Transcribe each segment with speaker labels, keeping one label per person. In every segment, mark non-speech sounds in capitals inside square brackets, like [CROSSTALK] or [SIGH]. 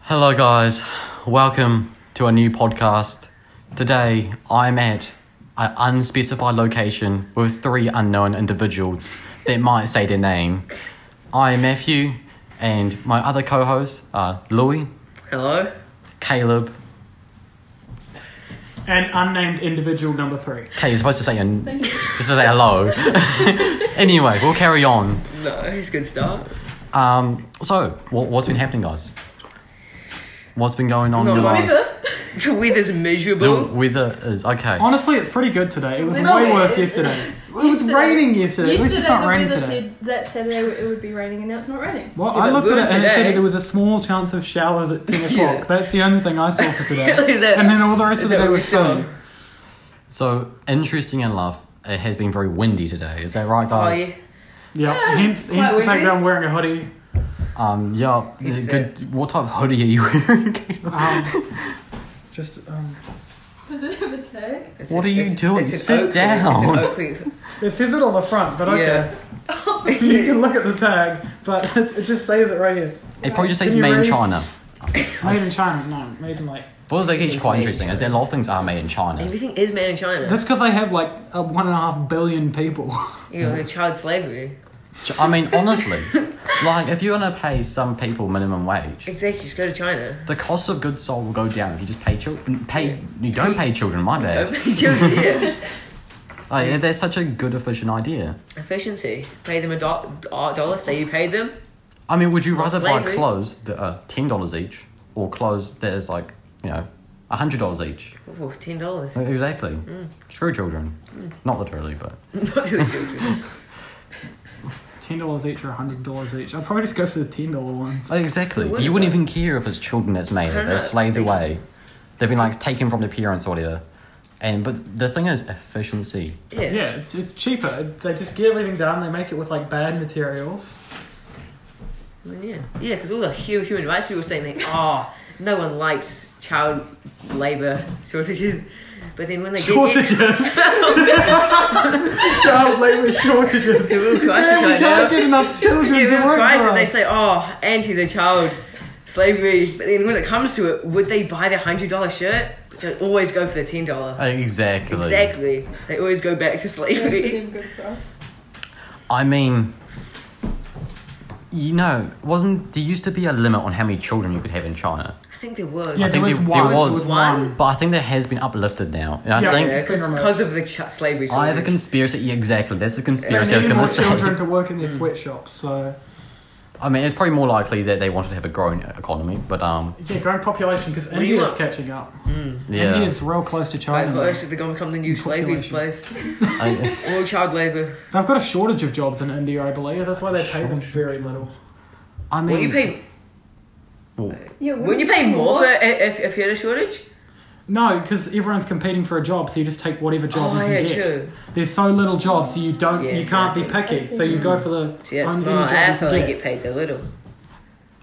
Speaker 1: Hello, guys. Welcome to a new podcast. Today, I'm at an unspecified location with three unknown individuals that might say their name. I'm Matthew, and my other co hosts are Louis,
Speaker 2: Hello?
Speaker 1: Caleb.
Speaker 3: And unnamed individual number three.
Speaker 1: Kay, you're supposed to say a, just [LAUGHS] to say hello. anyway, we'll carry on.
Speaker 2: No, he's a good start.
Speaker 1: Um, so, what, what's been happening, guys? What's been going on in your
Speaker 2: much. [LAUGHS]
Speaker 1: lives?
Speaker 2: The weather's
Speaker 1: The
Speaker 2: miserable.
Speaker 1: weather is okay.
Speaker 3: Honestly, it's pretty good today. It was
Speaker 4: No,
Speaker 3: way worse
Speaker 4: it's-
Speaker 3: yesterday. It was raining yesterday. At least
Speaker 4: Yesterday,
Speaker 3: it's not
Speaker 4: the
Speaker 3: raining
Speaker 4: weather
Speaker 3: today.
Speaker 4: said that Saturday it would be raining, and now it's not raining.
Speaker 3: well,
Speaker 2: Yeah,
Speaker 3: I
Speaker 2: but
Speaker 3: looked at
Speaker 2: good
Speaker 3: it and it said
Speaker 2: today.
Speaker 3: that there was a small chance of showers
Speaker 2: [LAUGHS]
Speaker 3: at 10
Speaker 2: Yeah.
Speaker 3: o'clock. That's the only thing I saw
Speaker 2: [LAUGHS]
Speaker 3: for today.
Speaker 2: Is that-
Speaker 3: and then all the rest
Speaker 2: is
Speaker 3: of the
Speaker 2: that
Speaker 3: day
Speaker 2: what
Speaker 3: was
Speaker 2: we saw?
Speaker 3: sunny.
Speaker 1: So interesting enough, it has been very windy today. Is that right,
Speaker 2: Oh,
Speaker 1: guys?
Speaker 2: yeah.
Speaker 3: Yeah,
Speaker 2: Ah,
Speaker 3: hence,
Speaker 2: quite
Speaker 3: hence the fact
Speaker 2: windy.
Speaker 3: that I'm wearing a hoodie.
Speaker 1: Um, yeah.
Speaker 2: It's
Speaker 1: Good. What type of hoodie are you [LAUGHS] wearing?
Speaker 3: Um,
Speaker 2: [LAUGHS]
Speaker 3: just, um,
Speaker 4: Does it have a tag? [LAUGHS]
Speaker 2: It's
Speaker 1: What
Speaker 2: an-
Speaker 1: are you
Speaker 2: it's-
Speaker 1: doing?
Speaker 2: it's an
Speaker 1: Sit
Speaker 2: Oakley-
Speaker 1: down. [LAUGHS]
Speaker 2: It's an
Speaker 3: it says it on the front, but
Speaker 2: Oakley.
Speaker 3: okay.
Speaker 2: Yeah.
Speaker 3: [LAUGHS] you can look at the tag, but [LAUGHS] it, it just says it right here.
Speaker 1: It probably just says
Speaker 3: Can you
Speaker 1: made in
Speaker 3: read?
Speaker 1: China.
Speaker 3: Made in China. No, made in like.
Speaker 1: What was actually
Speaker 2: It's
Speaker 1: quite
Speaker 2: made in
Speaker 1: interesting is that a lot of things are made in China.
Speaker 2: Everything is made in China.
Speaker 3: That's because they have like uh, one and a half billion people. [LAUGHS]
Speaker 2: you know, child slavery.
Speaker 1: Ch- I mean,
Speaker 2: [LAUGHS]
Speaker 1: honestly, like if you're gonna pay some people minimum wage,
Speaker 2: Exactly, just go to
Speaker 1: [LAUGHS]
Speaker 2: China. [LAUGHS]
Speaker 1: the cost of goods sold will go down if you just pay children. Pay you don't pay children. My bad.
Speaker 2: [LAUGHS] yeah.
Speaker 1: Like, that's such a good efficient idea.
Speaker 2: Efficiency. Pay them a do- a dollar, say you paid them.
Speaker 1: I mean, would you
Speaker 2: Or
Speaker 1: rather buy
Speaker 2: slavery.
Speaker 1: clothes that are ten dollars each, or clothes that is like you know hundred dollars each?
Speaker 2: Oh, $10.
Speaker 1: Exactly.
Speaker 3: Mm.
Speaker 1: It's for children, not literally, but
Speaker 2: Not to the children.
Speaker 3: Ten dollars each or hundred dollars each. I'd probably just go for the ten dollar ones.
Speaker 1: Oh,
Speaker 2: Oh,
Speaker 1: exactly.
Speaker 2: It would,
Speaker 1: you wouldn't
Speaker 2: though.
Speaker 1: even care if it's children that's made
Speaker 2: No,
Speaker 1: it.
Speaker 2: no,
Speaker 3: Uh-huh.
Speaker 1: They're
Speaker 2: no.
Speaker 1: slaved
Speaker 2: They-
Speaker 1: away. They've been like taken from their parents or whatever. And but the thing is efficiency.
Speaker 2: Yeah.
Speaker 3: Yeah, it's, it's cheaper. They just get everything done. They make it with like bad materials.
Speaker 2: Mm, Yeah, yeah, because all the hu- human rights people were saying like, oh, no one likes child labour shortages, but then when they [LAUGHS]
Speaker 3: Shortages, [LAUGHS]
Speaker 2: get shortages,
Speaker 3: child labour shortages.
Speaker 2: It's a real
Speaker 1: [LAUGHS]
Speaker 2: crisis
Speaker 3: Damn, we
Speaker 2: right
Speaker 3: can't
Speaker 2: now.
Speaker 3: get
Speaker 2: [LAUGHS]
Speaker 3: enough children to work for
Speaker 2: they
Speaker 3: us.
Speaker 2: say, oh, anti the child slavery, but then when it comes to it, would they buy the hundred dollar shirt? They always go for the ten dollar.
Speaker 1: Exactly.
Speaker 2: Exactly, they always go back to
Speaker 4: Yeah, for
Speaker 2: slavery.
Speaker 4: them, good for us.
Speaker 1: I mean, you know, wasn't there used to be a limit on how many children you could have in China?
Speaker 2: I think there was.
Speaker 3: Yeah,
Speaker 1: I
Speaker 3: there
Speaker 1: think
Speaker 3: was
Speaker 1: there- there
Speaker 3: one.
Speaker 1: was
Speaker 2: one.
Speaker 1: But I think that has been uplifted now, and I
Speaker 3: Yeah.
Speaker 1: think
Speaker 3: Yeah.
Speaker 2: because of the ch- slavery.
Speaker 1: I have a
Speaker 2: shortage.
Speaker 1: conspiracy. yeah, exactly, that's the
Speaker 3: They
Speaker 1: conspiracy I was
Speaker 3: needed
Speaker 1: going
Speaker 3: more
Speaker 1: to say.
Speaker 3: children to work in
Speaker 2: Hmm.
Speaker 3: their sweatshops. So
Speaker 1: I mean, it's probably more likely that they wanted to have a growing economy, but um,
Speaker 3: yeah, growing population because
Speaker 2: do Hmm. you
Speaker 3: India's
Speaker 2: want?
Speaker 3: catching up.
Speaker 1: yeah,
Speaker 3: India's real close to
Speaker 2: Quite
Speaker 3: China.
Speaker 2: close, Hmm. they're going to become the new slavery place.
Speaker 3: Population.
Speaker 1: I- it's-
Speaker 2: All child labour.
Speaker 3: They've got a shortage of jobs in India, I believe. That's why they pay them very little.
Speaker 1: I mean, oh,
Speaker 2: Well, you pay
Speaker 1: well,
Speaker 4: Yeah,
Speaker 2: Wouldn't you pay more for, if, if you had a shortage?
Speaker 3: No, because everyone's competing for a job, so you just take whatever job
Speaker 2: Oh,
Speaker 3: you can
Speaker 2: yeah,
Speaker 3: get.
Speaker 2: true.
Speaker 3: There's so little jobs, so you don't,
Speaker 2: Yeah,
Speaker 3: you can't be
Speaker 2: exactly.
Speaker 3: picky. So you go for the
Speaker 2: See, that's
Speaker 3: only
Speaker 2: smart.
Speaker 3: job you
Speaker 2: That's
Speaker 3: can
Speaker 2: how they
Speaker 3: get.
Speaker 2: get paid so little.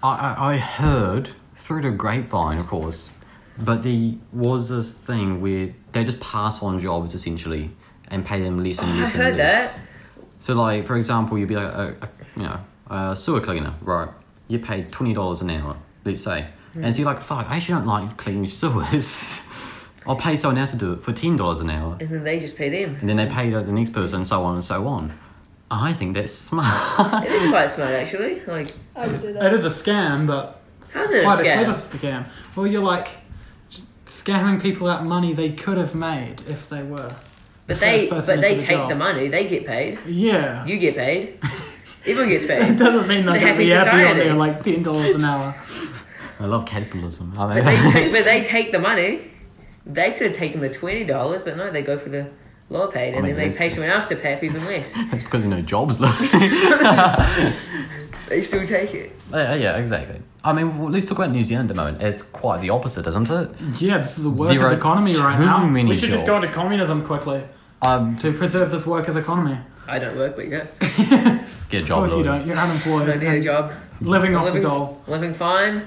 Speaker 1: I, I I heard through the grapevine, of course, but there was this thing where they just pass on jobs essentially and pay them less and
Speaker 2: Oh,
Speaker 1: less
Speaker 2: I've
Speaker 1: and
Speaker 2: heard
Speaker 1: less.
Speaker 2: that.
Speaker 1: So, like for example, you'd be like a, a you know a sewer cleaner, right? You pay twenty dollars an hour, let's say, and so you're like, fuck, I actually don't like cleaning [LAUGHS] sewers. I'll pay someone else to do it for ten dollars an hour.
Speaker 2: And then they just pay them.
Speaker 1: and then they pay the next person, and so on and so on. I think that's [LAUGHS] smart.
Speaker 2: It is quite smart, actually. Like,
Speaker 4: I would do
Speaker 3: It
Speaker 4: that.
Speaker 3: is a scam, but
Speaker 2: how's it a
Speaker 3: quite a clever
Speaker 2: scam?
Speaker 3: scam. Well, you're like scamming people out money they could have made if they were.
Speaker 2: But
Speaker 3: the
Speaker 2: they
Speaker 3: first
Speaker 2: but
Speaker 3: person into
Speaker 2: they
Speaker 3: the
Speaker 2: take
Speaker 3: job.
Speaker 2: the money. They get paid.
Speaker 3: Yeah.
Speaker 2: You get paid. Everyone gets
Speaker 3: [LAUGHS] it
Speaker 1: [LAUGHS]
Speaker 2: paid.
Speaker 3: doesn't mean
Speaker 2: It's
Speaker 3: they're
Speaker 2: a
Speaker 3: going to
Speaker 2: happy
Speaker 3: be happy on
Speaker 2: society.
Speaker 3: there like ten dollars an hour.
Speaker 1: I love capitalism.
Speaker 2: But
Speaker 1: I
Speaker 2: they
Speaker 1: mean, [LAUGHS]
Speaker 2: take, but they take the money. They could have taken the twenty dollars, but no, they go for the lower paid, and
Speaker 1: I mean,
Speaker 2: then
Speaker 1: that's-
Speaker 2: they pay someone else to pay for even less.
Speaker 1: [LAUGHS] it's because you know jobs. Look.
Speaker 2: they still take it.
Speaker 1: [LAUGHS] yeah, yeah, exactly. I mean, well, let's talk about New Zealand at the moment. It's quite the opposite, isn't it?
Speaker 3: Yeah, this is the
Speaker 1: There are
Speaker 3: workers' economy right
Speaker 1: too
Speaker 3: now.
Speaker 1: many
Speaker 3: we should just go
Speaker 1: jobs.
Speaker 3: into communism quickly
Speaker 1: Um,
Speaker 3: to preserve this workers' economy.
Speaker 2: I don't work, but yeah,
Speaker 1: get a
Speaker 3: Of
Speaker 1: job.
Speaker 3: course you
Speaker 1: Louis.
Speaker 3: don't. You're unemployed.
Speaker 2: I need a
Speaker 3: and
Speaker 2: job.
Speaker 3: Living off the
Speaker 2: living,
Speaker 3: dole.
Speaker 2: living fine.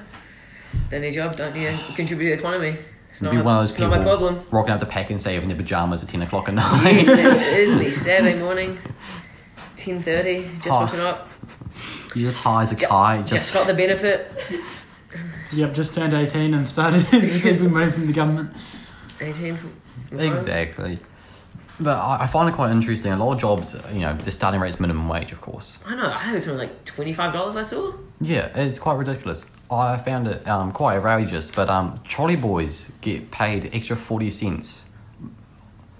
Speaker 2: Don't need a job. Don't need to contribute to the economy. It's
Speaker 1: You'd
Speaker 2: not,
Speaker 1: be
Speaker 2: my-
Speaker 1: one of those
Speaker 2: it's not my problem.
Speaker 1: people rocking out the pack and save in their pajamas at ten
Speaker 2: [LAUGHS]
Speaker 1: o'clock at
Speaker 2: Yes,
Speaker 1: night.
Speaker 2: it is me. Saturday morning, ten thirty. Just
Speaker 1: Oh,
Speaker 2: waking up.
Speaker 1: You're just high as a kite.
Speaker 2: Just
Speaker 1: Just
Speaker 2: got the benefit.
Speaker 3: Yep, just turned 18 and started [LAUGHS] receiving money from the government.
Speaker 2: 18 from. from
Speaker 1: Exactly. But I, I find it quite interesting. A lot of jobs, you know, the starting rate's minimum wage, of course.
Speaker 2: home? I know, I think it's something like $25 I saw.
Speaker 1: Yeah, it's quite ridiculous. I found it um, quite outrageous, but um, trolley boys get paid extra 40 cents.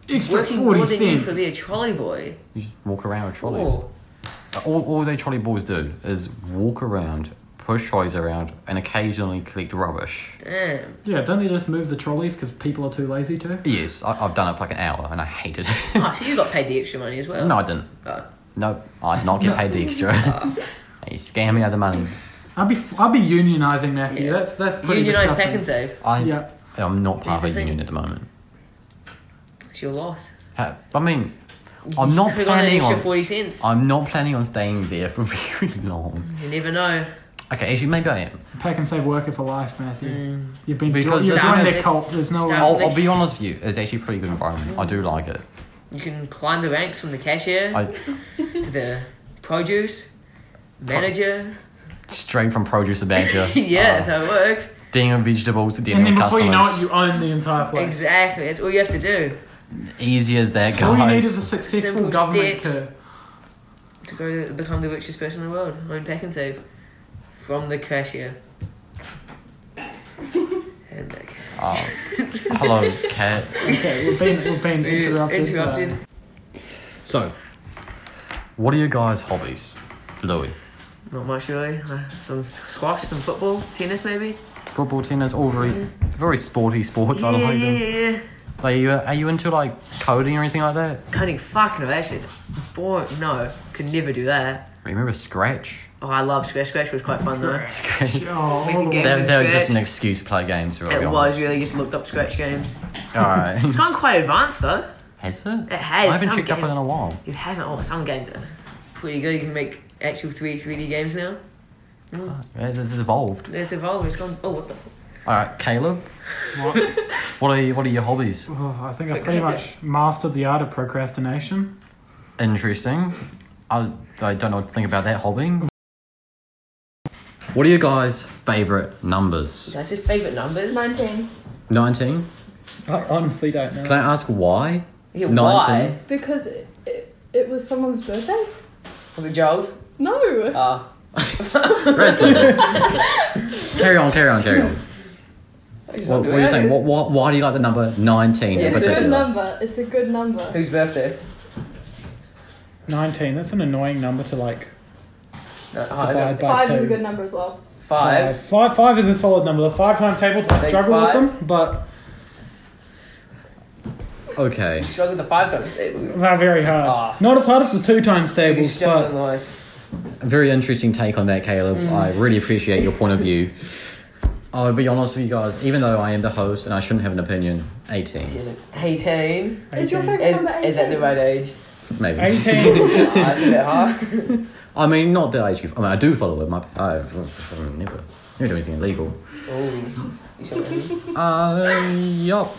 Speaker 3: Extra
Speaker 2: Working more
Speaker 3: 40
Speaker 2: than you for their
Speaker 3: cents.
Speaker 2: trolley boy.
Speaker 1: You just walk around with trolleys.
Speaker 2: Oh,
Speaker 1: All, all they trolley boys do is walk around, push trolleys around, and occasionally collect rubbish.
Speaker 2: damn.
Speaker 3: Yeah, don't they just move the trolleys because people are too lazy to?
Speaker 1: Yes, I, I've done it for like an hour and I hate
Speaker 2: [LAUGHS]
Speaker 1: it.
Speaker 2: Oh, so you got paid the extra money as well.
Speaker 1: no, I didn't.
Speaker 2: Oh.
Speaker 1: No, I did not get paid the
Speaker 2: [LAUGHS]
Speaker 1: extra. [LAUGHS] they scam me out of the money.
Speaker 3: I'd be I'd be unionising Matthew.
Speaker 2: Yeah.
Speaker 3: That's that's pretty
Speaker 2: Unionised pack and
Speaker 3: disgusting.
Speaker 2: save.
Speaker 1: I,
Speaker 3: Yeah,
Speaker 1: I'm not part of
Speaker 2: Here's
Speaker 1: a
Speaker 2: the
Speaker 1: union at the moment.
Speaker 2: It's your loss.
Speaker 1: Ha- I mean, I'm not
Speaker 2: Could've gotten
Speaker 1: planning
Speaker 2: an extra
Speaker 1: on.
Speaker 2: 40 cents.
Speaker 1: I'm not planning on staying there for [LAUGHS] very long.
Speaker 2: You never know.
Speaker 1: Okay, actually, maybe I am.
Speaker 3: pack and save worker for life, Matthew.
Speaker 2: Mm.
Speaker 3: You've been
Speaker 1: Because
Speaker 3: you've
Speaker 2: Starve
Speaker 3: joined
Speaker 2: it.
Speaker 3: their cult. There's no
Speaker 2: Starve
Speaker 1: I'll, I'll be honest with you. It's actually a pretty good environment. I do like it.
Speaker 2: You can climb the ranks from the cashier [LAUGHS]
Speaker 1: I
Speaker 2: to the produce manager.
Speaker 1: straight from produce to manager.
Speaker 2: [LAUGHS] yeah,
Speaker 1: uh,
Speaker 2: that's how
Speaker 1: [LAUGHS]
Speaker 2: it works.
Speaker 1: dealing with vegetables, dealing
Speaker 3: and then
Speaker 1: with
Speaker 3: Mm, before
Speaker 1: customers.
Speaker 3: you know it, you own the entire place.
Speaker 2: Exactly. That's all you have to do
Speaker 1: Easy as that,
Speaker 3: All you need
Speaker 1: [LAUGHS] guys.
Speaker 3: is a successful
Speaker 2: Simple
Speaker 3: government
Speaker 2: steps.
Speaker 3: coup.
Speaker 2: to go to become the richest person in the world. Own pack and save from the cashier.
Speaker 1: [LAUGHS]
Speaker 2: and the ca-
Speaker 1: Oh, hello, cat.
Speaker 3: Okay, we've been
Speaker 2: [LAUGHS]
Speaker 3: we've been
Speaker 2: We're
Speaker 3: interrupted.
Speaker 2: interrupted.
Speaker 3: um,
Speaker 1: So, what are your guys' hobbies, Louis?
Speaker 2: Not much really. Uh, Some squash, some football, tennis maybe.
Speaker 1: Football, tennis, all very, very sporty sports. I
Speaker 2: yeah,
Speaker 1: like
Speaker 2: yeah,
Speaker 1: them.
Speaker 2: yeah, yeah.
Speaker 1: Are you are you into like coding or anything like that?
Speaker 2: Coding, fuck no. Actually, boy, no, could never do that.
Speaker 1: Remember Scratch?
Speaker 2: Oh, I love scratch. Scratch was quite fun though.
Speaker 1: [LAUGHS] Scratch.
Speaker 3: Oh, all the
Speaker 2: game.
Speaker 3: way-
Speaker 1: They, they were just
Speaker 2: Scratch.
Speaker 1: an excuse to play games. To be
Speaker 2: It was
Speaker 1: honest.
Speaker 2: really just looked up scratch games.
Speaker 1: All
Speaker 3: [LAUGHS]
Speaker 1: right.
Speaker 2: It's gone quite advanced though.
Speaker 1: Has it?
Speaker 2: It has,
Speaker 1: I haven't
Speaker 2: some
Speaker 1: checked up on it in a while.
Speaker 2: You haven't. Oh, some games are pretty good. You can make actual three three D games now.
Speaker 1: It's, it's evolved.
Speaker 2: It's evolved. It's gone. Oh, what the?
Speaker 1: All right, Caleb.
Speaker 3: What?
Speaker 1: What are you, what are your hobbies?
Speaker 3: Oh, I think I pretty much mastered the art of procrastination.
Speaker 1: Interesting. I I don't know what to think about that hobby. What are your guys' favorite numbers?
Speaker 2: That's your favorite numbers.
Speaker 4: 19.
Speaker 1: Nineteen.
Speaker 3: I honestly don't know.
Speaker 1: Can I ask why?
Speaker 2: Yeah,
Speaker 1: 19.
Speaker 2: Why?
Speaker 4: Because it, it, it was someone's birthday?
Speaker 2: Was it Joel's?
Speaker 4: No.
Speaker 2: Ah.
Speaker 1: Resley.
Speaker 2: [LAUGHS]
Speaker 1: carry on, carry on, carry on. What, what are you saying? What, what, why do you like the number 19 in
Speaker 2: Yes,
Speaker 4: it's a good
Speaker 1: particular?
Speaker 4: number. It's a good number.
Speaker 2: Whose birthday?
Speaker 3: Nineteen. That's an annoying number to like
Speaker 2: No, oh, is it
Speaker 3: divide by
Speaker 4: Five
Speaker 3: two.
Speaker 4: is a good number as well.
Speaker 2: five.
Speaker 3: Five, five is a solid number. The five times tables, I
Speaker 2: Take
Speaker 3: struggle
Speaker 2: five.
Speaker 3: with them, but
Speaker 1: Okay.
Speaker 2: You struggled with the five times tables.
Speaker 3: they're very hard.
Speaker 2: Ah.
Speaker 3: Not as hard as the two times
Speaker 2: You
Speaker 3: tables,
Speaker 2: struggled in
Speaker 3: but
Speaker 2: life.
Speaker 1: A very interesting take on that, Caleb.
Speaker 2: Mm.
Speaker 1: I really appreciate your point of view. I'll be honest with you guys, even though I am the host and I shouldn't have an opinion, 18.
Speaker 2: Eighteen.
Speaker 4: Is your
Speaker 3: 18.
Speaker 4: favourite number
Speaker 2: Is,
Speaker 4: 18?
Speaker 2: is that the right age?
Speaker 1: Maybe.
Speaker 3: eighteen.
Speaker 2: Ah, that's a bit
Speaker 1: [LAUGHS]
Speaker 2: hard.
Speaker 1: I mean, not that I actually. I mean, I do follow it. My, I, I never, never do anything illegal.
Speaker 2: Oh, you sure man?
Speaker 1: Uh, yup.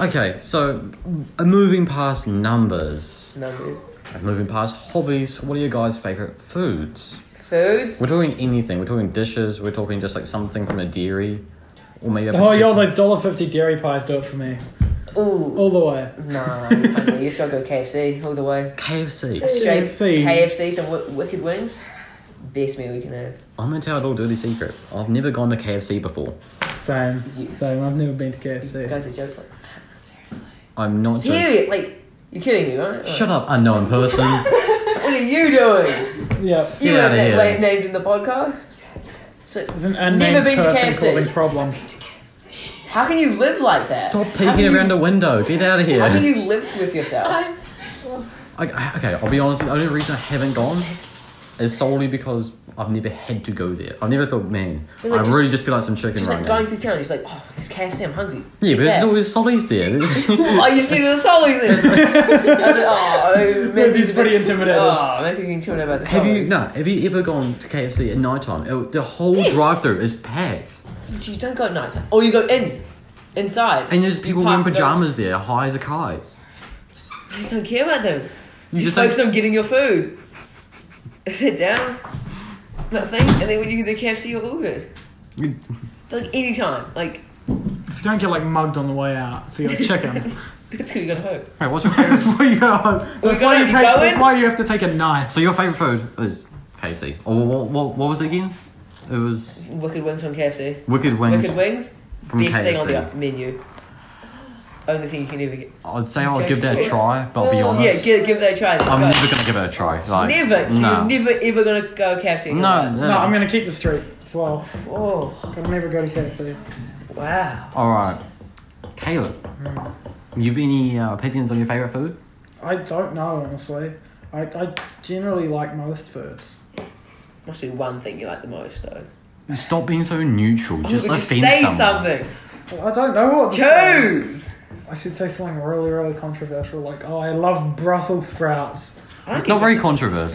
Speaker 1: Okay, so uh, moving past numbers.
Speaker 2: numbers.
Speaker 1: Moving past hobbies, what are your guys' favorite foods?
Speaker 2: Foods.
Speaker 1: We're talking anything. We're talking dishes. We're talking just like something from a dairy, or maybe. a
Speaker 3: oh, yo,
Speaker 1: particular-
Speaker 3: those dollar fifty dairy pies do it for me
Speaker 2: Ooh.
Speaker 3: all the way.
Speaker 2: Nah, you can't do- you just gotta go KFC all the way.
Speaker 1: KFC.
Speaker 2: Straight
Speaker 3: KFC.
Speaker 2: KFC, some w- wicked wings. Best meal you can have.
Speaker 1: I'm gonna tell a little dirty secret. I've never gone to KFC before.
Speaker 3: Same,
Speaker 2: You-
Speaker 3: same. I've never been to
Speaker 2: You
Speaker 3: KFC.
Speaker 2: guys are joking.
Speaker 1: I'm not. joking.
Speaker 2: Serious? Like, you're kidding me, right?
Speaker 1: Shut up, unknown person.
Speaker 2: What are you doing?
Speaker 3: Yep,
Speaker 2: [LAUGHS] You
Speaker 1: Get
Speaker 2: were
Speaker 1: outta here.
Speaker 2: na- named in the podcast. So,
Speaker 3: it's an unnamed
Speaker 2: been to
Speaker 3: person
Speaker 2: KFC.
Speaker 3: causing problem.
Speaker 2: how can you live like that?
Speaker 1: Stop
Speaker 2: How
Speaker 1: peeking
Speaker 2: can you-
Speaker 1: around the window. Get out of here.
Speaker 2: How can you live with yourself?
Speaker 4: I, well,
Speaker 1: I, I- okay, I'll be honest. The only reason I haven't gone is solely because I've never had to go there. I've never thought, man,
Speaker 2: Well, like,
Speaker 1: I
Speaker 2: just-
Speaker 1: really just feel like some chicken
Speaker 2: Just
Speaker 1: right
Speaker 2: like
Speaker 1: now.
Speaker 2: going through town, just like, oh, there's KFC, I'm hungry.
Speaker 1: yeah, but there's always Solly's there. [LAUGHS]
Speaker 2: [LAUGHS] Oh, you just need the solid then. oh,
Speaker 3: Matthew's pretty
Speaker 2: a bit-
Speaker 3: intimidated.
Speaker 2: Oh, Matthew's getting chilled about the
Speaker 1: Have you
Speaker 2: solids.
Speaker 1: no? Have you ever gone to KFC at night time? It- The whole
Speaker 2: Yes.
Speaker 1: drive-through is packed,
Speaker 2: You don't go at night time. Or you go in. Inside.
Speaker 1: and there's people
Speaker 2: park
Speaker 1: wearing
Speaker 2: those-
Speaker 1: pajamas there, high as a kite. [LAUGHS]
Speaker 2: You just don't care about them. You,
Speaker 1: You
Speaker 2: just [LAUGHS]
Speaker 1: just don't-
Speaker 2: focus on getting your food. Sit down. that thing, and then when you get the KFC, you're all good. Like any time, like
Speaker 3: If you don't get like mugged on the way out for
Speaker 2: [LAUGHS]
Speaker 3: your chicken,
Speaker 2: it's gonna go home.
Speaker 1: Right, what's your favorite?
Speaker 3: before you go home, that's why
Speaker 2: gotta
Speaker 3: you
Speaker 2: be
Speaker 3: take. That's
Speaker 2: going.
Speaker 3: why you have to take a knife.
Speaker 1: so your favorite food is KFC. Or what, what, what was it again? It was
Speaker 2: Wicked wings on KFC.
Speaker 1: Wicked Wings
Speaker 2: Wicked wings,
Speaker 1: from
Speaker 2: best thing on
Speaker 1: KFC.
Speaker 2: the menu. Only thing you can ever get.
Speaker 1: I'd say I'll give that a try, but I'll be
Speaker 4: Yeah,
Speaker 2: Yeah,
Speaker 1: honest.
Speaker 2: give, give that a try.
Speaker 1: Oh, I'm
Speaker 2: Go.
Speaker 1: never gonna give it a try. Like,
Speaker 2: Never. So
Speaker 1: no.
Speaker 2: you're never ever gonna go KFC. in your
Speaker 1: No,
Speaker 2: life.
Speaker 1: no.
Speaker 3: No, I'm gonna keep the street as well.
Speaker 2: Oh
Speaker 3: I'll never go to KFC.
Speaker 2: wow.
Speaker 1: All right, Caleb, you've any uh, opinions on your favorite food?
Speaker 3: I don't know honestly. I, I generally like most foods.
Speaker 2: Must be one thing you like the most though.
Speaker 1: Stop being so neutral. Just
Speaker 2: Just
Speaker 1: offend
Speaker 2: say
Speaker 1: someone.
Speaker 2: something.
Speaker 3: I don't know what to say.
Speaker 2: Choose.
Speaker 3: I should say something really, really controversial, like, oh, I love Brussels sprouts.
Speaker 2: I don't
Speaker 1: It's
Speaker 2: think
Speaker 1: not very
Speaker 2: Brussels-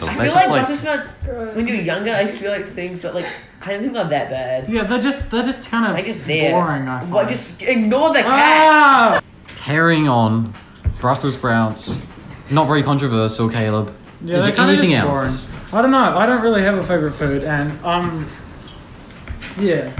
Speaker 1: controversial.
Speaker 2: I
Speaker 1: That's
Speaker 2: feel like,
Speaker 1: just like
Speaker 2: Brussels sprouts.
Speaker 4: Gross.
Speaker 2: When you were younger, I used to feel like things, but like I don't think they're that bad.
Speaker 3: Yeah, they're just they're just kind of
Speaker 2: They're just there.
Speaker 3: boring. I find.
Speaker 2: What? Just ignore the cat.
Speaker 3: ah!
Speaker 1: carrying on. Brussels sprouts, not very controversial. Caleb,
Speaker 3: Yeah,
Speaker 1: is
Speaker 3: they're
Speaker 1: there
Speaker 3: kinda
Speaker 1: anything
Speaker 3: just
Speaker 1: else?
Speaker 3: boring. I don't know. I don't really have a favorite food, and um, yeah,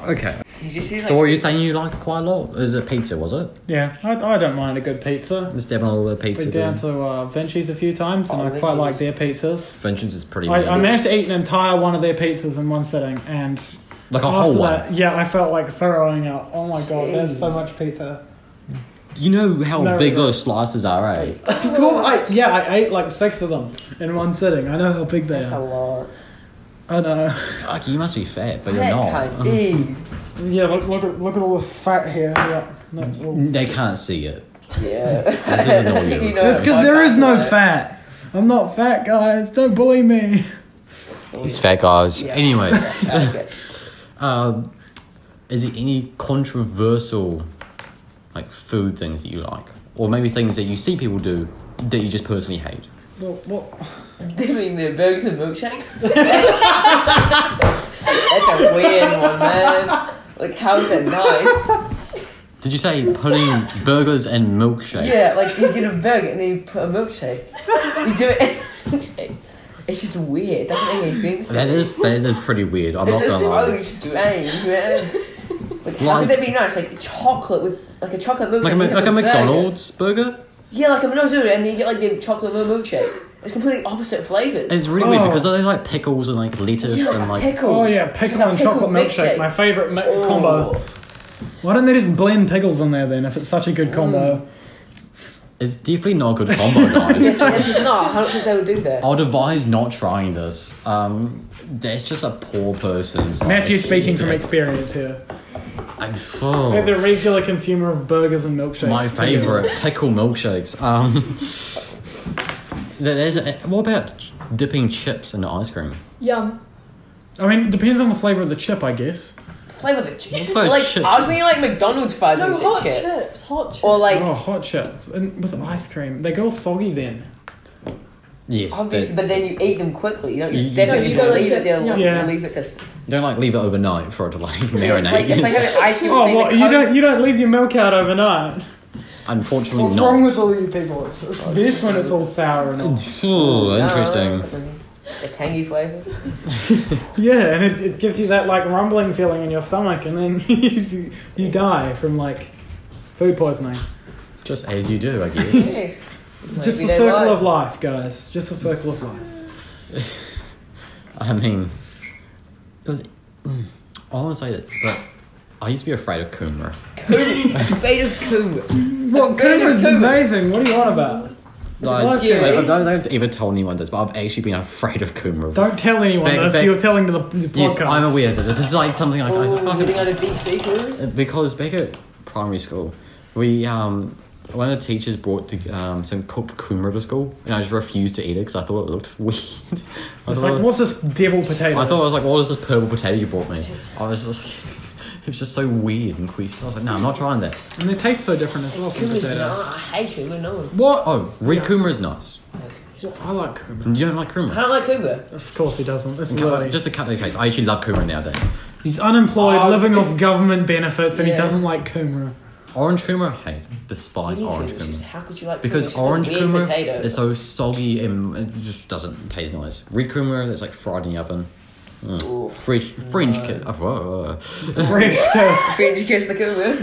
Speaker 1: Okay.
Speaker 2: You just see, like,
Speaker 1: So what you're saying Ah! you like quite a lot? Is it pizza? Was it?
Speaker 3: yeah, I, I don't mind a good pizza.
Speaker 1: Let's dab on a little bit of
Speaker 3: Been
Speaker 1: pizza.
Speaker 3: down
Speaker 1: then.
Speaker 3: to uh, Vinci's a few times, and
Speaker 2: Oh,
Speaker 3: I quite
Speaker 2: Vinci's.
Speaker 3: like their pizzas.
Speaker 1: Vengeance is pretty.
Speaker 3: I, I
Speaker 1: good.
Speaker 3: managed to eat an entire one of their pizzas in one sitting, and
Speaker 1: like a
Speaker 3: after
Speaker 1: whole one.
Speaker 3: that, yeah, I felt like throwing up. Oh my god, there's so
Speaker 2: Jeez.
Speaker 3: much pizza.
Speaker 1: You know how
Speaker 3: No,
Speaker 1: big
Speaker 3: no.
Speaker 1: those slices are, right?
Speaker 3: Well, I, yeah, I ate like six of them in one sitting. I know how big they
Speaker 2: That's a
Speaker 3: are.
Speaker 2: lot.
Speaker 3: I know.
Speaker 1: Fuck, you must be fat, but you're
Speaker 2: That
Speaker 1: not.
Speaker 2: kind-
Speaker 1: [LAUGHS]
Speaker 2: Jeez.
Speaker 3: Yeah, look, look at look at all this fat here. Yeah, that's all.
Speaker 1: They can't see it.
Speaker 2: Yeah. [LAUGHS]
Speaker 1: doesn't know you.
Speaker 2: You know
Speaker 3: That's
Speaker 2: it.
Speaker 3: because there is no
Speaker 2: Right.
Speaker 3: fat. I'm not fat, guys. Don't bully me.
Speaker 1: These fat guys.
Speaker 2: Yeah. [LAUGHS]
Speaker 1: Anyway,
Speaker 2: Okay.
Speaker 1: um, is there any controversial, like food things that you like, or maybe things that you see people do that you just personally hate?
Speaker 3: Well, well,
Speaker 2: Dipping their burgers and milkshakes? [LAUGHS] That's a weird one, man. Like, how is that nice?
Speaker 1: Did you say putting burgers and milkshakes?
Speaker 2: Yeah, like, you get a burger and then you put a milkshake. You do it [LAUGHS] in a milkshake. It's just weird. It doesn't make any sense. to
Speaker 1: That
Speaker 2: me.
Speaker 1: is that is, is pretty weird. I'm not
Speaker 2: It's oh, a
Speaker 1: gonna lie.
Speaker 2: strange strange, man. Like, how
Speaker 1: Like-
Speaker 2: could that be nice? Like, chocolate with, like, a chocolate milkshake.
Speaker 1: Like a,
Speaker 2: with
Speaker 1: Mc- like a
Speaker 2: burger.
Speaker 1: McDonald's burger.
Speaker 2: Yeah, like a McDonald's, and then you get, like, the chocolate milkshake. It's completely opposite flavours.
Speaker 1: It's really weird
Speaker 3: Oh.
Speaker 1: because there's like pickles and like lettuce
Speaker 2: Yeah,
Speaker 1: and like
Speaker 2: pickle.
Speaker 3: oh yeah, pickle
Speaker 2: It's
Speaker 3: and
Speaker 2: like a
Speaker 3: chocolate milkshake, my favorite mi-
Speaker 2: Oh.
Speaker 3: combo. Why don't they just blend pickles in there then? If it's such a good combo,
Speaker 1: it's definitely not a good
Speaker 2: [LAUGHS]
Speaker 1: combo, guys.
Speaker 2: Yes, yes, it's not. I don't think they would do that.
Speaker 1: I'll devise not trying this. Um, that's just a poor person's.
Speaker 3: Matthew
Speaker 1: life.
Speaker 3: speaking from
Speaker 1: Like,
Speaker 3: experience here.
Speaker 1: I'm
Speaker 3: You're
Speaker 1: full.
Speaker 3: the regular consumer of burgers and milkshakes.
Speaker 1: My
Speaker 3: too.
Speaker 1: favorite pickle milkshakes. Um, there- there's a, what about dipping chips into ice cream?
Speaker 4: Yum.
Speaker 3: I mean, it depends on the flavor of the chip, I guess.
Speaker 2: Flavour the chips.
Speaker 1: It's like
Speaker 2: Like,
Speaker 1: chip.
Speaker 2: I was thinking like McDonald's fries
Speaker 4: No,
Speaker 2: with
Speaker 4: hot
Speaker 2: chip.
Speaker 4: chips. Hot chips.
Speaker 2: Or like,
Speaker 3: Oh, hot chips and with ice cream. They go all soggy then.
Speaker 1: Yes,
Speaker 2: obviously,
Speaker 1: they-
Speaker 2: but then you eat them quickly. You don't
Speaker 1: You-
Speaker 2: just dip
Speaker 1: No,
Speaker 2: it,
Speaker 1: you
Speaker 2: you
Speaker 4: go
Speaker 2: just
Speaker 4: like
Speaker 2: leave it there,
Speaker 4: dip-
Speaker 3: yeah.
Speaker 2: leave it to s-
Speaker 1: don't like leave it overnight for it to like
Speaker 2: It's like,
Speaker 1: marinate.
Speaker 2: it's like having ice cream.
Speaker 3: Oh,
Speaker 2: and
Speaker 3: what?
Speaker 2: saying
Speaker 3: You
Speaker 2: the
Speaker 3: don't you don't leave your milk out overnight.
Speaker 2: [LAUGHS]
Speaker 3: Oh,
Speaker 1: Unfortunately,
Speaker 3: What's
Speaker 1: not.
Speaker 3: wrong with all you people? It's, it's best when it's all sour and all.
Speaker 1: Phew,
Speaker 2: Coke-
Speaker 1: interesting.
Speaker 2: No, The tangy flavour.
Speaker 3: [LAUGHS] Yeah, and it, it gives you that like rumbling feeling in your stomach, and then [LAUGHS] you, you die from like food poisoning.
Speaker 1: Just as you do, I
Speaker 2: [LAUGHS]
Speaker 1: guess.
Speaker 2: Yes.
Speaker 3: It's just a circle of life, guys. Just a circle of life.
Speaker 1: I mean, it was, mm, I want to say that, but I used to be afraid of Coomera.
Speaker 2: Afraid of Coombe.
Speaker 3: What
Speaker 2: Very
Speaker 3: Cooper's
Speaker 2: good.
Speaker 3: amazing? What are you on about?
Speaker 1: Guys,
Speaker 3: like
Speaker 1: like,
Speaker 2: scary?
Speaker 1: I don't, don't ever tell anyone this, but I've actually been afraid of Coomera.
Speaker 3: Don't tell anyone
Speaker 1: Back-
Speaker 3: this.
Speaker 1: back-
Speaker 3: You're telling to the, the podcast.
Speaker 1: yes, I'm aware that this is like something I, I
Speaker 2: Oh,
Speaker 1: fucking
Speaker 2: getting out of deep sea Coombe.
Speaker 1: because back at primary school, we um one of the teachers brought the, um, some cooked kumara to school, and I just refused to eat it because I thought it looked [LAUGHS] weird. I,
Speaker 3: It's
Speaker 1: thought,
Speaker 3: like, what's this devil potato?
Speaker 1: I thought I was like, what is this purple potato you brought me? I was just [LAUGHS] like, it was just so weird and queasy. I was like, no, I'm not trying that.
Speaker 3: and they taste so different as well. From
Speaker 2: Coombe's
Speaker 3: potato.
Speaker 2: not. I hate Coombe. No one.
Speaker 3: What?
Speaker 1: Oh, red
Speaker 3: Yeah.
Speaker 1: kumara is nice.
Speaker 3: Well, I like Cooper.
Speaker 1: You don't like
Speaker 2: I
Speaker 1: kumara?
Speaker 2: don't like Coombe.
Speaker 3: Of course he doesn't. It's
Speaker 1: Cut-
Speaker 3: Lily.
Speaker 1: Just to cut the case, I actually love kumara nowadays.
Speaker 3: He's unemployed,
Speaker 2: Oh,
Speaker 3: living
Speaker 2: it-
Speaker 3: off government benefits, and he
Speaker 2: Yeah.
Speaker 3: doesn't like [LAUGHS] Kumara.
Speaker 1: Orange kumara, hate, despise orange
Speaker 2: It's just,
Speaker 1: kumara.
Speaker 2: How could you like
Speaker 1: Because
Speaker 2: Coombe? It's
Speaker 1: orange
Speaker 2: just a weird
Speaker 1: kumara
Speaker 2: potato.
Speaker 1: is so soggy and it just doesn't taste nice. Red kumara that's like fried in the oven. Fringe, fringe kiss.
Speaker 2: [LAUGHS]
Speaker 1: Oh,
Speaker 3: [LAUGHS] Fringe.
Speaker 2: Fringe kiss the cover. [LAUGHS]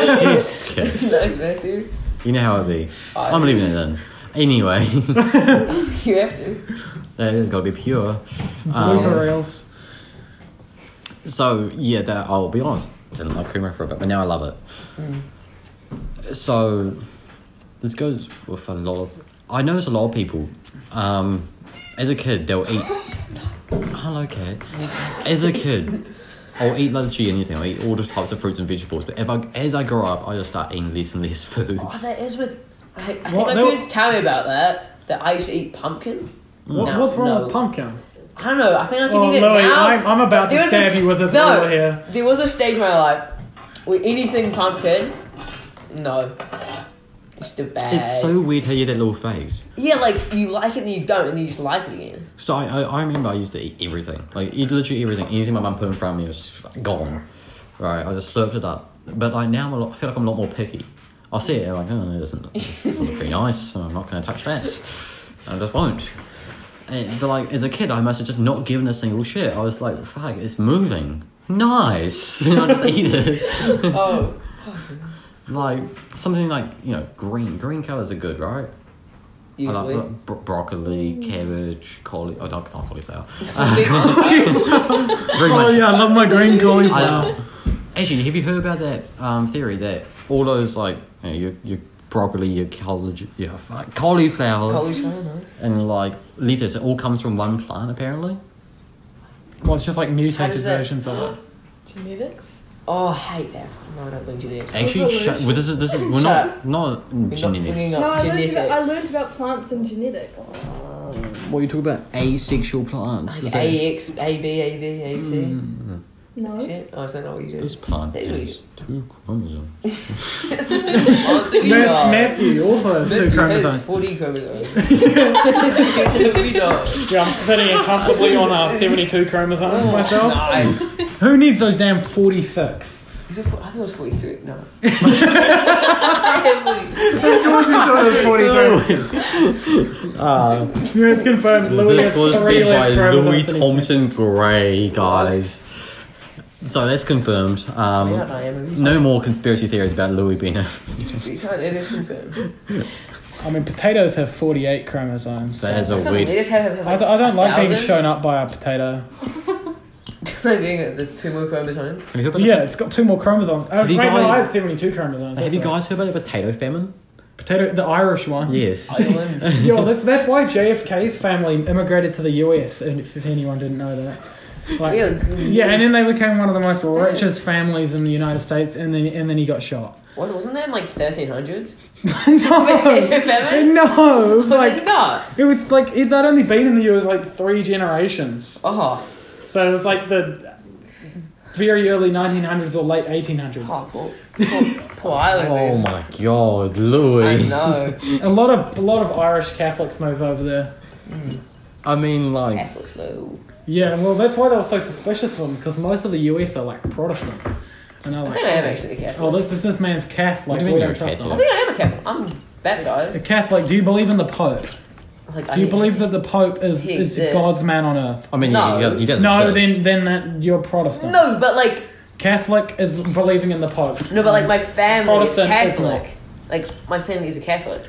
Speaker 1: fringe kiss.
Speaker 2: nice, man, dude.
Speaker 1: You know how it be. I'm leaving it then. Anyway, [LAUGHS]
Speaker 2: You have to.
Speaker 1: it's got to be pure. Um,
Speaker 3: Blooper reels.
Speaker 1: So yeah, that I'll be honest, didn't love Kuma for a bit, but now I love it. So this goes with a lot of. I notice a lot of people. Um, as a kid, they'll eat. Hello, kid. As a kid, I'll eat literally anything. I eat all the types of fruits and vegetables. But if I, as I grow up, I just start eating less and less [LAUGHS] foods.
Speaker 2: Oh, that is with. I, I think
Speaker 3: What?
Speaker 2: my
Speaker 3: No.
Speaker 2: parents tell me about that. That I used to eat pumpkin.
Speaker 3: What,
Speaker 2: No,
Speaker 3: what's wrong
Speaker 2: no.
Speaker 3: with pumpkin?
Speaker 2: I don't know. I think I can
Speaker 3: Oh,
Speaker 2: eat it
Speaker 3: Louis,
Speaker 2: now.
Speaker 3: I'm, I'm about to
Speaker 2: There was a
Speaker 3: stab you with this
Speaker 2: no.
Speaker 3: ruler here.
Speaker 2: There was a stage in my life where anything pumpkin, no, it's the bad.
Speaker 1: It's so weird how you get that little phase.
Speaker 2: yeah, like you like it and you don't, and then you just like it again.
Speaker 1: So I, I, I remember I used to eat everything. Like eat literally everything. Anything my mum put in front of me was just gone. Right, I just slurped it up. But like now I'm a lot, I feel like I'm a lot more picky. I'll see it and I'm like, oh, that isn't, that doesn't look very nice. So I'm not going to touch that. And I just won't. And, but like as a kid, I must have just not given a single shit. I was like, fuck, it's moving. Nice. [LAUGHS] And I just eat it.
Speaker 2: oh,
Speaker 1: like something like you know green. Green colors are good, right? I like, [LAUGHS]
Speaker 2: usually. [LAUGHS]
Speaker 1: like bro- broccoli, cabbage, cauli. Oh, not, not cauliflower.
Speaker 2: Big-
Speaker 1: Very
Speaker 3: Oh
Speaker 1: much.
Speaker 3: yeah, I love my [LAUGHS] green
Speaker 1: I, uh,
Speaker 3: cauliflower.
Speaker 1: actually, have you heard about that um, theory that all those like you know, your, your broccoli, your college, your fuck, cauliflower,
Speaker 2: Probably trying, huh?
Speaker 1: and like lettuce, it all comes from one plant apparently.
Speaker 3: Well, it's just like mutated
Speaker 2: does that-
Speaker 3: versions of it.
Speaker 4: Genetics?
Speaker 2: Oh, I hate that. No, I don't think genetics.
Speaker 1: Actually, sh- well, this is this is we're not not
Speaker 2: bringing
Speaker 1: genetics.
Speaker 2: up-
Speaker 4: No, I learned,
Speaker 2: Genetics.
Speaker 4: about, I learned about plants and genetics.
Speaker 1: What are you talking about? Asexual plants. Is that-
Speaker 2: AX, AB, AB, AC.
Speaker 4: No.
Speaker 2: Shit. Oh, is that not what you do?
Speaker 1: this plant
Speaker 2: Actually-
Speaker 1: has two chromosomes.
Speaker 2: Oh, it's a
Speaker 3: Math-
Speaker 2: dog.
Speaker 3: Matthew also has
Speaker 2: Matthew
Speaker 3: two
Speaker 2: has
Speaker 3: chromosomes.
Speaker 2: 40
Speaker 3: [LAUGHS]
Speaker 2: chromosomes.
Speaker 3: Yeah, I'm sitting uncomfortably on uh, 72 chromosomes myself.
Speaker 2: Nice.
Speaker 3: Who needs those damn 46?
Speaker 2: Is it, fo- I thought it was 43. No.
Speaker 3: [LAUGHS]
Speaker 2: [LAUGHS] I
Speaker 1: [LAUGHS]
Speaker 3: Yeah, it's confirmed. Louis
Speaker 1: this
Speaker 3: has
Speaker 1: was
Speaker 3: three
Speaker 1: said
Speaker 3: less
Speaker 1: by
Speaker 3: chromosomes
Speaker 1: Louis
Speaker 3: than he-
Speaker 1: Thompson Gray, guys. So that's confirmed. Um,
Speaker 2: Yeah, I am.
Speaker 1: no more conspiracy theories about Louis being a.
Speaker 2: It is confirmed.
Speaker 3: I mean, potatoes have 48 chromosomes.
Speaker 1: That is a
Speaker 2: Something, They
Speaker 1: weird.
Speaker 2: just have, have
Speaker 3: I, d- I don't like being
Speaker 2: thousand. [LAUGHS]
Speaker 3: shown up by a potato.
Speaker 2: They're being at the two more
Speaker 3: [LAUGHS]
Speaker 2: chromosomes.
Speaker 1: Have you, heard about
Speaker 3: Yeah, it's got two more chromosomes. Oh,
Speaker 1: Have
Speaker 3: wait,
Speaker 1: you
Speaker 3: no, I
Speaker 1: guys-
Speaker 3: have 72 chromosomes.
Speaker 1: the, have you
Speaker 3: that's right.
Speaker 1: guys heard about the potato famine?
Speaker 3: Potato, the Irish one.
Speaker 1: Yes.
Speaker 2: Ireland.
Speaker 3: [LAUGHS] Yo, that's, that's why JFK's family immigrated to the US, and if, if anyone didn't know that. Like,
Speaker 2: Really?
Speaker 3: Yeah, and then they became one of the most richest families in the United States, and then and then he got shot. [LAUGHS]
Speaker 2: What, wasn't that in like 1300s? [LAUGHS]
Speaker 3: Oh, no,
Speaker 2: Famine?
Speaker 3: no, it was
Speaker 2: Was it
Speaker 3: like
Speaker 2: not?
Speaker 3: it was like it had only been in the US like three generations,
Speaker 2: Oh,
Speaker 3: so it was like the very early 1900s or late 1800s.
Speaker 2: oh poor, poor, poor Ireland.
Speaker 1: Oh
Speaker 2: man.
Speaker 1: my god,
Speaker 2: I
Speaker 1: Louis.
Speaker 2: know.
Speaker 3: A lot of a lot of Irish Catholics move over there.
Speaker 1: I mean, like,
Speaker 2: Catholics though.
Speaker 3: Yeah, well, that's why they were so suspicious of him because most of the US are like Protestant, and they're
Speaker 2: I
Speaker 3: like,
Speaker 2: think I am actually a Catholic.
Speaker 3: oh, this, this, this man's Catholic.
Speaker 1: What do you
Speaker 3: we
Speaker 1: mean
Speaker 3: don't
Speaker 1: you're
Speaker 3: trust
Speaker 2: I
Speaker 1: Catholic?
Speaker 2: think I am a Catholic. I'm
Speaker 3: him. A
Speaker 2: baptized.
Speaker 3: Catholic? Do you believe in the Pope?
Speaker 2: Like,
Speaker 3: Do you believe that the Pope
Speaker 2: Oh,
Speaker 3: is,
Speaker 2: He
Speaker 3: is
Speaker 2: exists.
Speaker 3: God's man on earth?
Speaker 1: I mean, he-
Speaker 2: No.
Speaker 1: Oh, he, doesn't.
Speaker 3: No,
Speaker 1: exist.
Speaker 3: then then that you're Protestant.
Speaker 2: No, but like,
Speaker 3: Catholic is believing in the Pope.
Speaker 2: no, but like, my family
Speaker 3: Protestant
Speaker 2: is
Speaker 3: is
Speaker 2: Catholic. like, my family is a Catholic.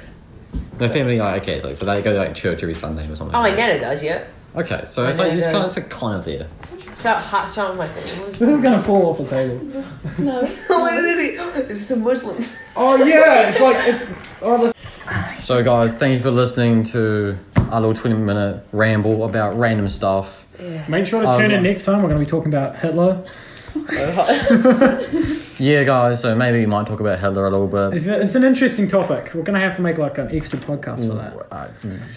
Speaker 1: the family like okay, like so they go to like church every Sunday or something.
Speaker 2: Oh, my
Speaker 1: right?
Speaker 2: nana does, yeah.
Speaker 1: Okay, so
Speaker 2: My
Speaker 1: it's like
Speaker 2: nana
Speaker 1: it's kind of
Speaker 2: does.
Speaker 1: it's a kind of there.
Speaker 2: So, ha, some of my family.
Speaker 3: [LAUGHS] This [LAUGHS] is gonna fall off the table.
Speaker 4: No.
Speaker 2: What is it? This is a Muslim.
Speaker 3: Oh yeah, it's like it's. Oh, this-
Speaker 1: So, guys, thank you for listening to our little 20 minute ramble about random stuff.
Speaker 3: Make sure to
Speaker 1: Oh,
Speaker 3: tune
Speaker 1: yeah.
Speaker 3: in next time. We're gonna be talking about Hitler.
Speaker 1: Yeah, guys, so maybe we might talk about Hitler a little bit. Mm.
Speaker 3: It's, it's an interesting topic. We're gonna have to make like an extra podcast for that.
Speaker 1: Uh,